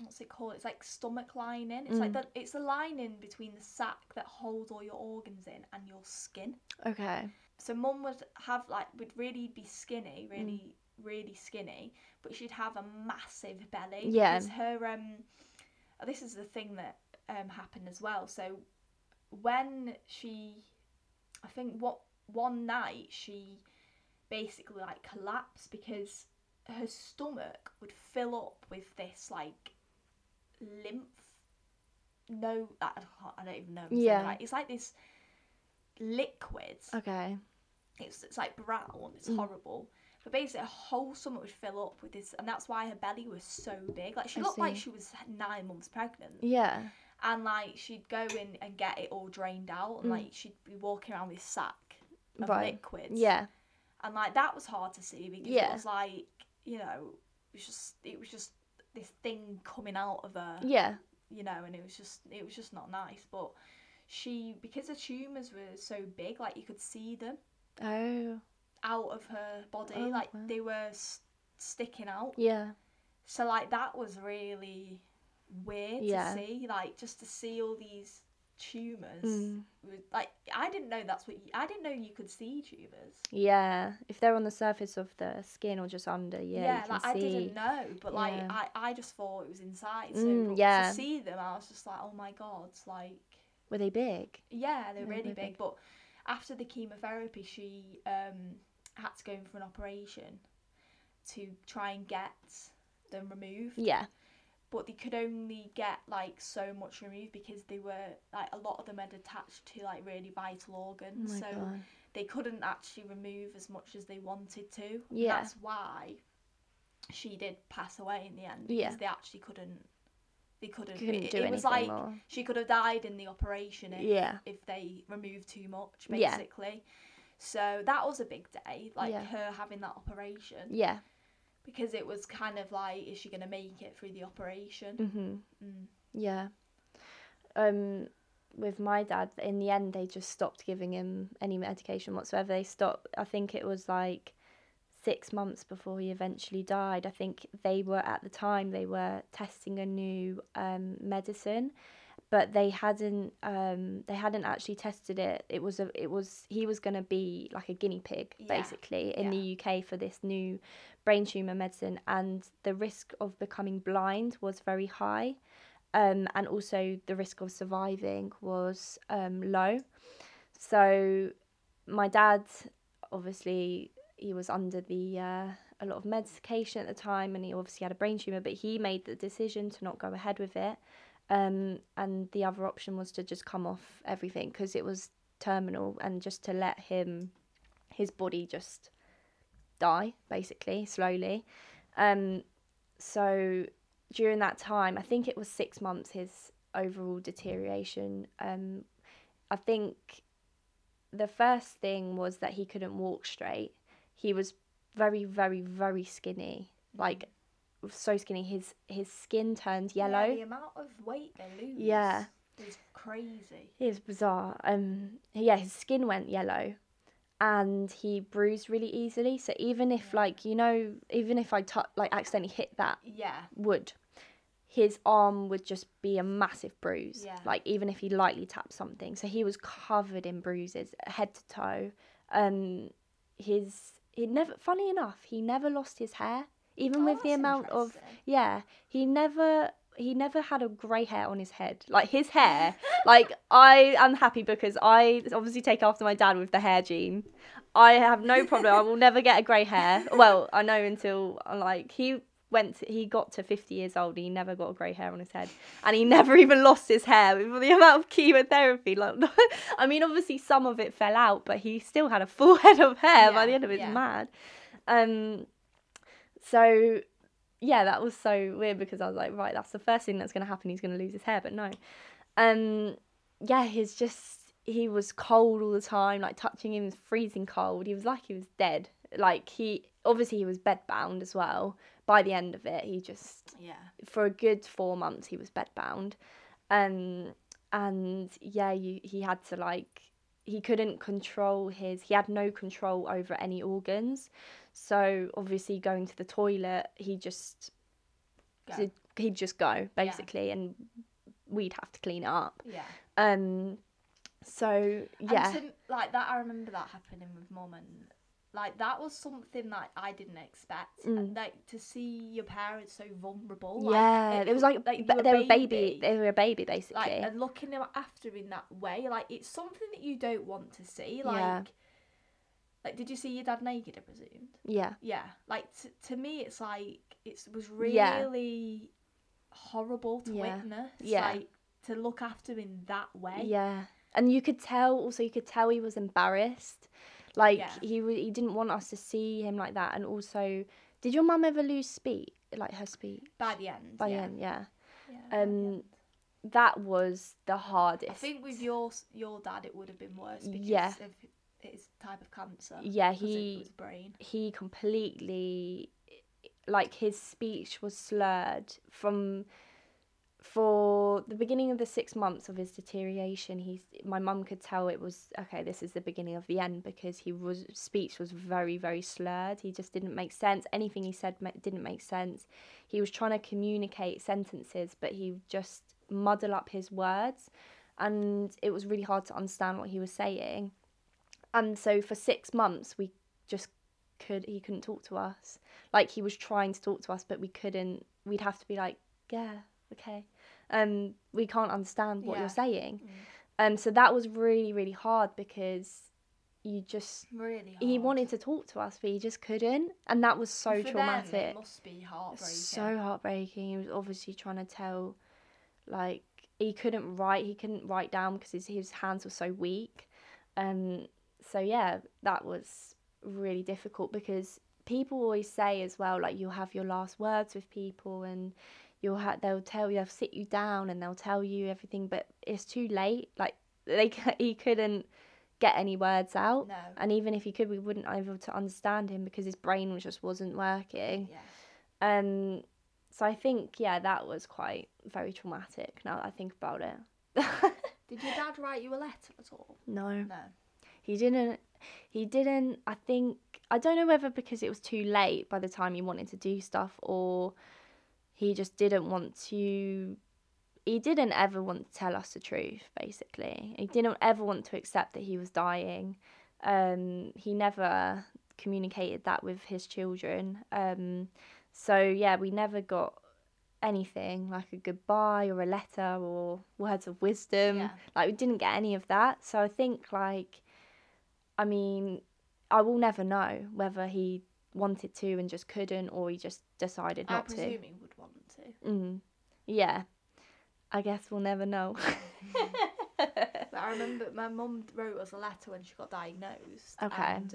what's it called it's like stomach lining it's like Mm. the it's the lining between the sac that holds all your organs in and your skin okay so mum would have like would really be skinny Mm. really really skinny but she'd have a massive belly Yeah. because her um this is the thing that um happened as well so when she i think what one night she basically like collapsed because her stomach would fill up with this like lymph no i, I can't- I don't even know what I'm saying, Yeah. like, it's like this liquid okay it's it's like brown. It's Mm. horrible. But basically, her whole stomach would fill up with this, and that's why her belly was so big. Like she I looked like see. she was nine months pregnant, yeah and like she'd go in and get it all drained out, and Mm. like she'd be walking around with sack of Right. liquids. yeah and like that was hard to see because Yeah. it was like you know, it was just it was just this thing coming out of her yeah you know, and it was just it was just not nice. But she because the tumours were so big, like you could see them oh out of her body, Oh, like wow. they were s- sticking out. yeah So like that was really weird Yeah. to see, like just to see all these tumours. Mm. was- Like I didn't know that's what you, I didn't know you could see tumours. Yeah, if they're on the surface of the skin or just under, yeah, you can like see. I didn't know, but like Yeah. I, I just thought it was inside. So Mm, but yeah. to see them, I was just like, oh my god, like Were they big? Yeah, they're They're really really big. big. But after the chemotherapy, she um, had to go in for an operation to try and get them removed. Yeah. But they could only get like so much removed because they were like a lot of them had attached to like really vital Oh organs, my so god. they couldn't actually remove as much as they wanted to. And Yeah. that's why she did pass away in the end because Yeah. they actually couldn't. They couldn't. Couldn't it, do it anything was like more. she could have died in the operation. If, Yeah. if they remove too much, Yeah. basically. So that was a big day, like Yeah. her having that operation, Yeah. because it was kind of like, is she going to make it through the operation? Mhm. Mm. Yeah. Um, with my dad, in the end, they just stopped giving him any medication whatsoever. They stopped. I think it was like six months before he eventually died. I think they were at the time they were testing a new um, medicine, but they hadn't um, they hadn't actually tested it. It was a it was he was going to be like a guinea pig Yeah, basically in yeah. the UK for this new brain tumor medicine, and the risk of becoming blind was very high, um, and also the risk of surviving was um, low. So my dad obviously he was under the uh, a lot of medication at the time and he obviously had a brain tumor but he made the decision to not go ahead with it um, and the other option was to just come off everything because it was terminal and just to let him his body just die basically slowly um, so during that time i think it was six months his overall deterioration um, i think the first thing was that he couldn't walk straight. He was very, very, very skinny. Like so skinny. His his skin turned yellow. Yeah, the amount of weight they lose. Yeah. Is crazy. It was bizarre. Um, yeah, his skin went yellow, and he bruised really easily. So even if like you know, even if I tou like accidentally hit that Yeah. wood, his arm would just be a massive bruise. Yeah. Like even if he lightly tapped something, so he was covered in bruises, head to toe. Um, his he never. Funny enough, he never lost his hair, even Oh, with the that's amount of interesting. yeah, he never he never had a grey hair on his head. Like his hair, like I am happy because I obviously take after my dad with the hair gene. I have no problem. <laughs> I will never get a grey hair. Well, I know until uh, like he went to, he got to 50 years old and he never got a grey hair on his head and he never <laughs> even lost his hair with the amount of chemotherapy like <laughs> i mean obviously some of it fell out but he still had a full <laughs> head of hair by Yeah, the end of it It's yeah. mad um so yeah, that was so weird because I was like, right, that's the first thing that's going to happen. He's going to lose his hair, but no. Um, yeah, he's just he was cold all the time. Like touching him was freezing cold. He was like he was dead. Like he obviously he was bedbound as well. By the end of it, he just Yeah. for a good four months he was bedbound, um, and yeah, you he had to like he couldn't control his he had no control over any organs. So obviously going to the toilet, he just Go. so he'd just go basically and we'd have to clean it up Yeah. um so And yeah some- like that, I remember that happening with mum and like that was something that I didn't expect. Mm. Like to see your parents so vulnerable. like, yeah it- it was like, like, ba- you're a they were a baby baby. they were a baby like basically and looking them after in that way like it's something that you don't want to see like Yeah. like did you see your dad naked i presumed yeah yeah like t- to me it's like it was really Yeah. horrible to Yeah. witness Yeah. like to look after in that way yeah and you could tell also you could tell he was embarrassed like Yeah. he w- he didn't want us to see him like that and also did your mum ever lose speech like her speech by the end by yeah. the end yeah Yeah, by the um, end. that was the hardest i think with your s- your dad it would have been worse because Yeah. of his type of cancer yeah 'cause it he was brain he completely like his speech was slurred from for the beginning of the six months of his deterioration he my mum could tell it was okay this is the beginning of the end because he was speech was very very slurred he just didn't make sense anything he said ma- didn't make sense he was trying to communicate sentences but he just muddle up his words and it was really hard to understand what he was saying and so for six months we just could he couldn't talk to us like he was trying to talk to us but we couldn't we'd have to be like yeah okay um we can't understand what Yeah. you're saying Mm. um so that was really really hard because you just really hard. he wanted to talk to us but he just couldn't and that was so For them, traumatic it must be heartbreaking so heartbreaking. He was obviously trying to tell, like he couldn't write. He couldn't write down because his his hands were so weak. Um. So yeah, that was really difficult because people always say as well, like you'll have your last words with people and you'll ha- they'll tell you they'll sit you down and they'll tell you everything, but it's too late. Like they c- <laughs> he couldn't get any words out. no And even if he could, we wouldn't be able to understand him because his brain was- just wasn't working. yeah Um, so I think yeah, that was quite very traumatic. Now that I think about it, <laughs> Did your dad write you a letter at all? no, No. he didn't. He didn't. I think I don't know whether because it was too late by the time he wanted to do stuff, or he just didn't want to he didn't ever want to tell us the truth, basically. He didn't ever want to accept that he was dying. Um, he never communicated that with his children. Um, so, yeah, we never got anything like a goodbye or a letter or words of wisdom. Yeah. Like, we didn't get any of that. So, I think, like, I mean, I will never know whether he wanted to and just couldn't or he just decided I not to. presume he would want <laughs> to. Mm. Yeah. I guess we'll never know. <laughs> But I remember my mum wrote us a letter when she got diagnosed. Okay. And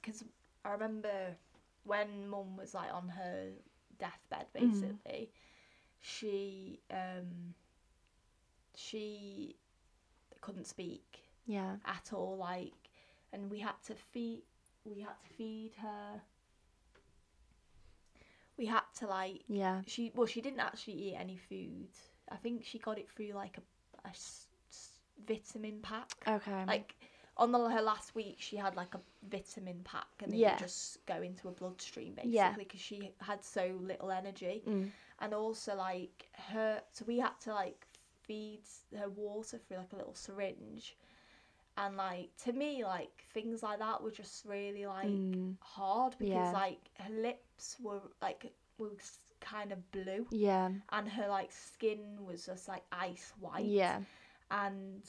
because I remember when mum was like on her deathbed, Mhm. basically, she um, she couldn't speak yeah. at all. Like, and we had to feed we had to feed her. We had to like Yeah. she well she didn't actually eat any food. I think she got it through like a, a s- s- vitamin pack. Okay. Like on the, her last week, she had like a vitamin pack, and they Yeah. just go into a bloodstream Yeah. basically because she had so little energy mm. and also like her so we had to like feed her water through like a little syringe and like to me like things like that were just really like Mm. hard because Yeah. like her lips were like were s- kind of blue Yeah. and her like skin was just like ice white Yeah. and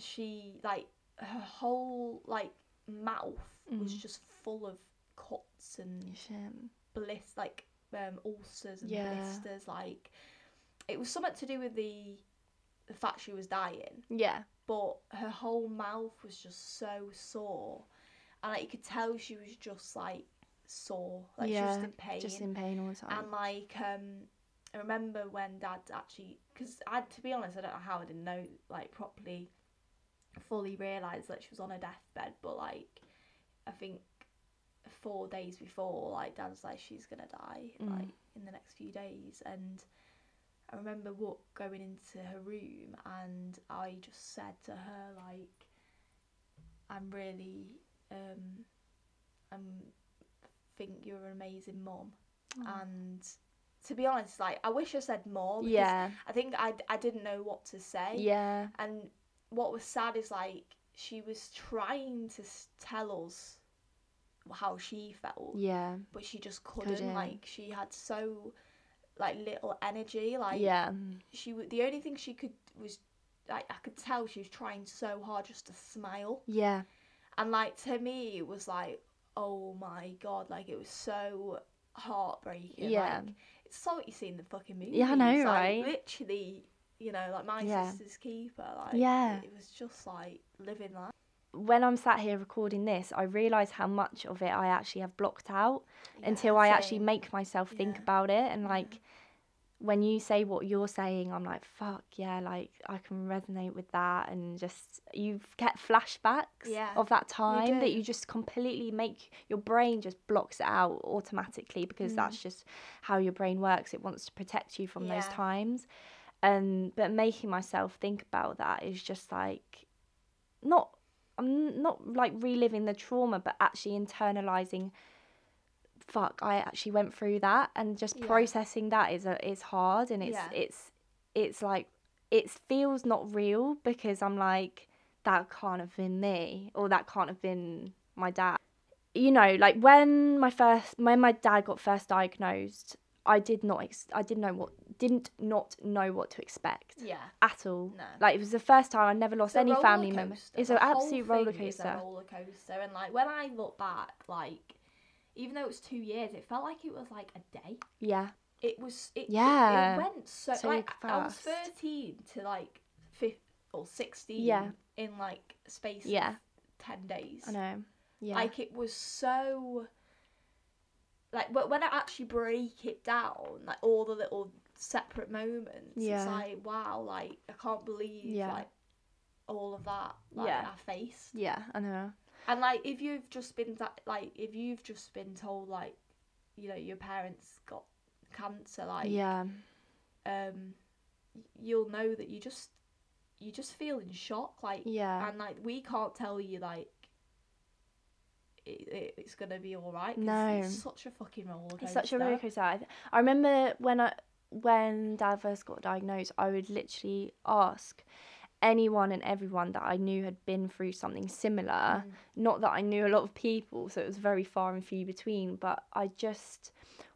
she like her whole like mouth was Mm. just full of cuts and Shit. bliss like um, ulcers and Yeah. blisters. Like it was something to do with the the fact she was dying, Yeah. but her whole mouth was just so sore, and like you could tell she was just like sore, like she was Yeah, just in pain. Just in pain all the time. and like um, I remember when Dad actually, because I to be honest, I don't know how I didn't know like properly, fully realise that she was on her deathbed, but like I think four days before, like Dad was like, she's gonna die, Mm. like in the next few days, and I remember what going into her room, and I just said to her like, I'm really, um, I'm think you're an amazing mum, Oh. and to be honest, like I wish I said more. Because yeah. I think I I didn't know what to say. Yeah. And what was sad is like she was trying to s- tell us how she felt, Yeah. but she just couldn't. Couldn't. Like she had so like little energy. Like Yeah. she w- the only thing she could was like I could tell she was trying so hard just to smile. Yeah. And like to me, it was like, oh my god, like it was so heartbreaking. Yeah. like, it's so what you see in the fucking movie. Yeah, I know, right? Literally, you know, like my Yeah. sister's keeper. Like, Yeah. it was just like living life. When I'm sat here recording this, I realise how much of it I actually have blocked out until Yeah, I same. actually make myself think Yeah. Mm-hmm. about it. And like, when you say what you're saying, I'm like, fuck yeah, like I can resonate with that. And just you've get flashbacks Yeah, of that time that do. you just completely make your brain just blocks it out automatically because Mm. that's just how your brain works. It wants to protect you from those Yeah. times. Um, but making myself think about that is just like not I'm not like reliving the trauma, but actually internalizing. Fuck, I actually went through that, and just Yeah. processing that is a, is hard, and it's Yeah. it's it's like it feels not real because I'm like that can't have been me, or that can't have been my dad. You know, like when my first when my dad got first diagnosed, I did not ex- I didn't know what didn't not know what to expect Yeah. at all. No. Like it was the first time I never lost It's a any roller family member. coaster. It's The an whole absolute roller thing is a coaster. roller coaster, and like when I look back, like even though it was two years, it felt like it was like a day. Yeah, it was it, it- Yeah. it, went so, So like i was fast. 13 to like 5 or 16 Yeah. in like space of Yeah. 10 days I know. Yeah, like it was so like wh- when i actually break it down like all the little separate moments Yeah. it's like wow like i can't believe Yeah. like all of that like Yeah. i faced yeah, I know. and like, if you've just been da- like, if you've just been told like, you know, your parents got cancer, like, yeah, um, y- you'll know that you just, you just feel in shock, like, yeah, and like we can't tell you like, it, it, it's gonna be all right. 'cause No. it's such a fucking roller coaster. it's such a roller coaster. I, I remember when I when dad first got diagnosed, I would literally ask anyone and everyone that I knew had been through something similar. Mm. Not that I knew a lot of people, so it was very far and few between, but I just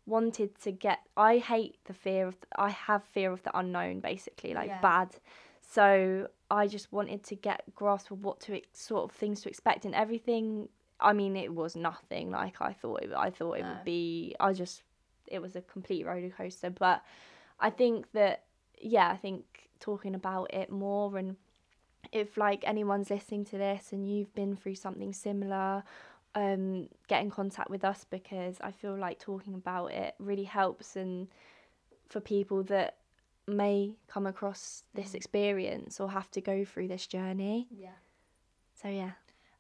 wanted to get I hate the fear of I have fear of the unknown basically, like Yeah. bad. So I just wanted to get grasp of what to ex- sort of things to expect and everything. I mean, it was nothing like I thought. It, I thought it No. would be. I just it was a complete roller coaster. But I think that yeah, I think talking about it more and if like anyone's listening to this and you've been through something similar, um, get in contact with us because I feel like talking about it really helps and for people that may come across this Mm. experience or have to go through this journey. Yeah. So yeah,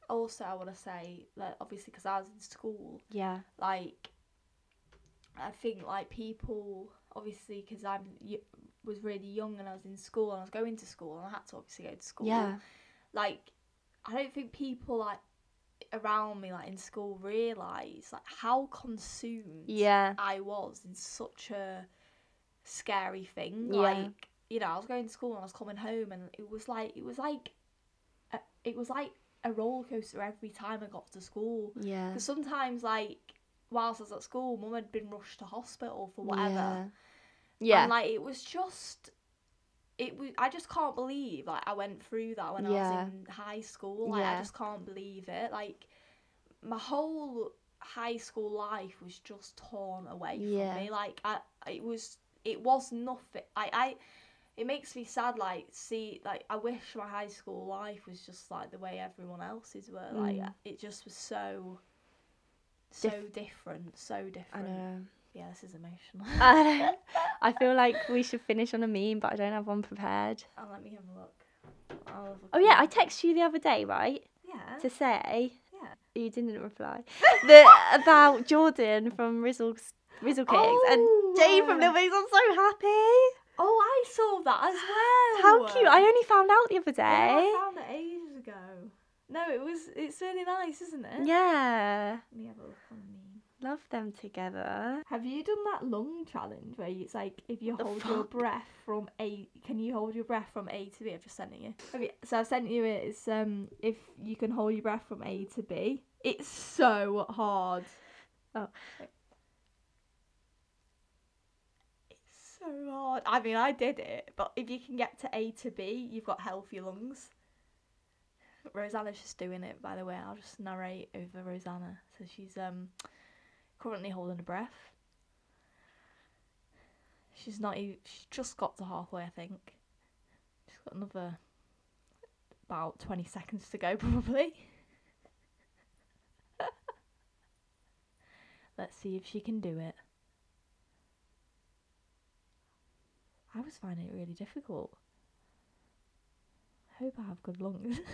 Also, I want to say that obviously because I was in school, yeah, like I think like people obviously because I'm y- was really young and I was in school and I was going to school and I had to obviously go to school. yeah, Like I don't think people like around me like in school realize like how consumed yeah, I was in such a scary thing. Yeah. Like you know, I was going to school and I was coming home, and it was like it was like a, it was like a roller coaster every time I got to school. yeah. Because sometimes, like whilst I was at school, mum had been rushed to hospital for Yeah. whatever. Yeah. And like it was just. It was. I just can't believe like I went through that when I Yeah. was in high school. Like Yeah. I just can't believe it. Like my whole high school life was just torn away Yeah. from me. Like I, it was. It was nothing. I, I. It makes me sad. Like see, like I wish my high school life was just like the way everyone else's were. Like Mm. it just was so. So different. So I different. know. Yeah, this is emotional. <laughs> I know. I feel like we should finish on a meme, but I don't have one prepared. Oh, let me have a look. I'll have a Oh yeah, I look. texted you the other day, right, Yeah. to say yeah. you didn't reply that about Jordan from Rizzle's Rizzle Kicks and Jane from Oh. Little Bigs. I'm so happy. <laughs> Oh, I saw that as well. How cute! Eh? I only found out the other Yeah, day. I found it ages ago. No, it was. It's really nice, isn't it? Yeah, Let me have a look on the meme. love them together. Have you done that lung challenge where you- it's like if you the hold your fuck? breath from A, can you hold your breath from A to B? I've just sent it you. Have you- So I've sent you it. It's um if you can hold your breath from A to B. It's so hard. Oh. It's so hard. I mean, I did it, but if you can get to A to B, you've got healthy lungs. Rosanna's just doing it, by the way. I'll just narrate over Rosanna. So she's um currently holding her breath. She's not. e- She's just got to halfway, I think. She's got another about twenty seconds to go, <laughs> probably. Let's see if she can do it. I was finding it really difficult. I hope I have good lungs. <laughs>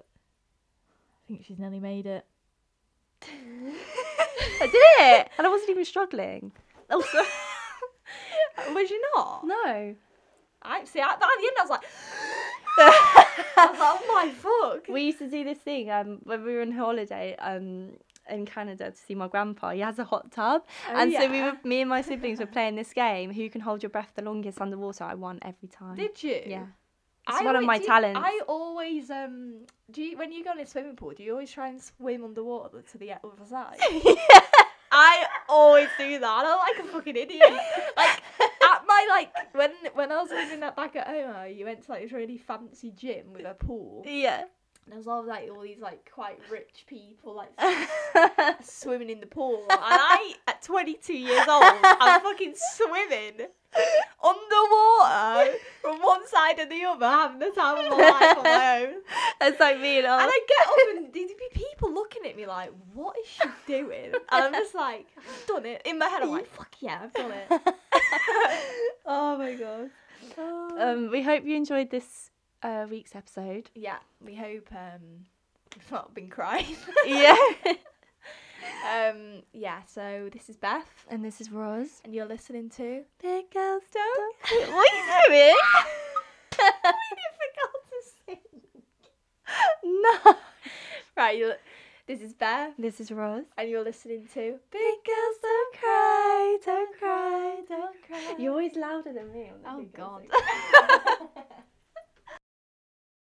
I think she's nearly made it. I did it, and I wasn't even struggling. Oh, so- <laughs> Was you not? no. I see. At the end, I was like, <laughs> I was like, oh my fuck. we used to do this thing um, when we were on holiday um, in Canada to see my grandpa. He has a hot tub, Oh, and so we yeah. were, me and my siblings were playing this game. Who can hold your breath the longest underwater? I won every time. Did you? yeah, It's one of alwa- my do you- talents. I always um. Do you when you go in a swimming pool? Do you always try and swim underwater to the other <laughs> side? I always do that. I'm like a fucking idiot. <laughs> Like at my like when when I was living that back at home, you went to like this really fancy gym with a pool. yeah. And there was all like all these like quite rich people <laughs> like swimming in the pool. And I at 22 years old, I'm fucking swimming underwater from one side and the other, having the time of my life on my own. <laughs> That's like me and I. And I get up and there'd be people looking at me like, what is she doing? And I'm just like, I've done it. In my head, I'm like, fuck yeah, I've done it. <laughs> oh my god. Um, Um, we hope you enjoyed this uh, week's episode. yeah, we hope um, we've not been crying. yeah. <laughs> um, yeah, so this is Beth, <laughs> And this is Roz. and you're listening to. Big girls don't. What <laughs> What are you doing? forgot to sing. no. <laughs> Right, you This is Bear, This is Roz. and you're listening to Big girls don't cry, don't cry, don't cry. You're always louder than me. On the Oh Big Girls God. <laughs> Don't Cry. <laughs>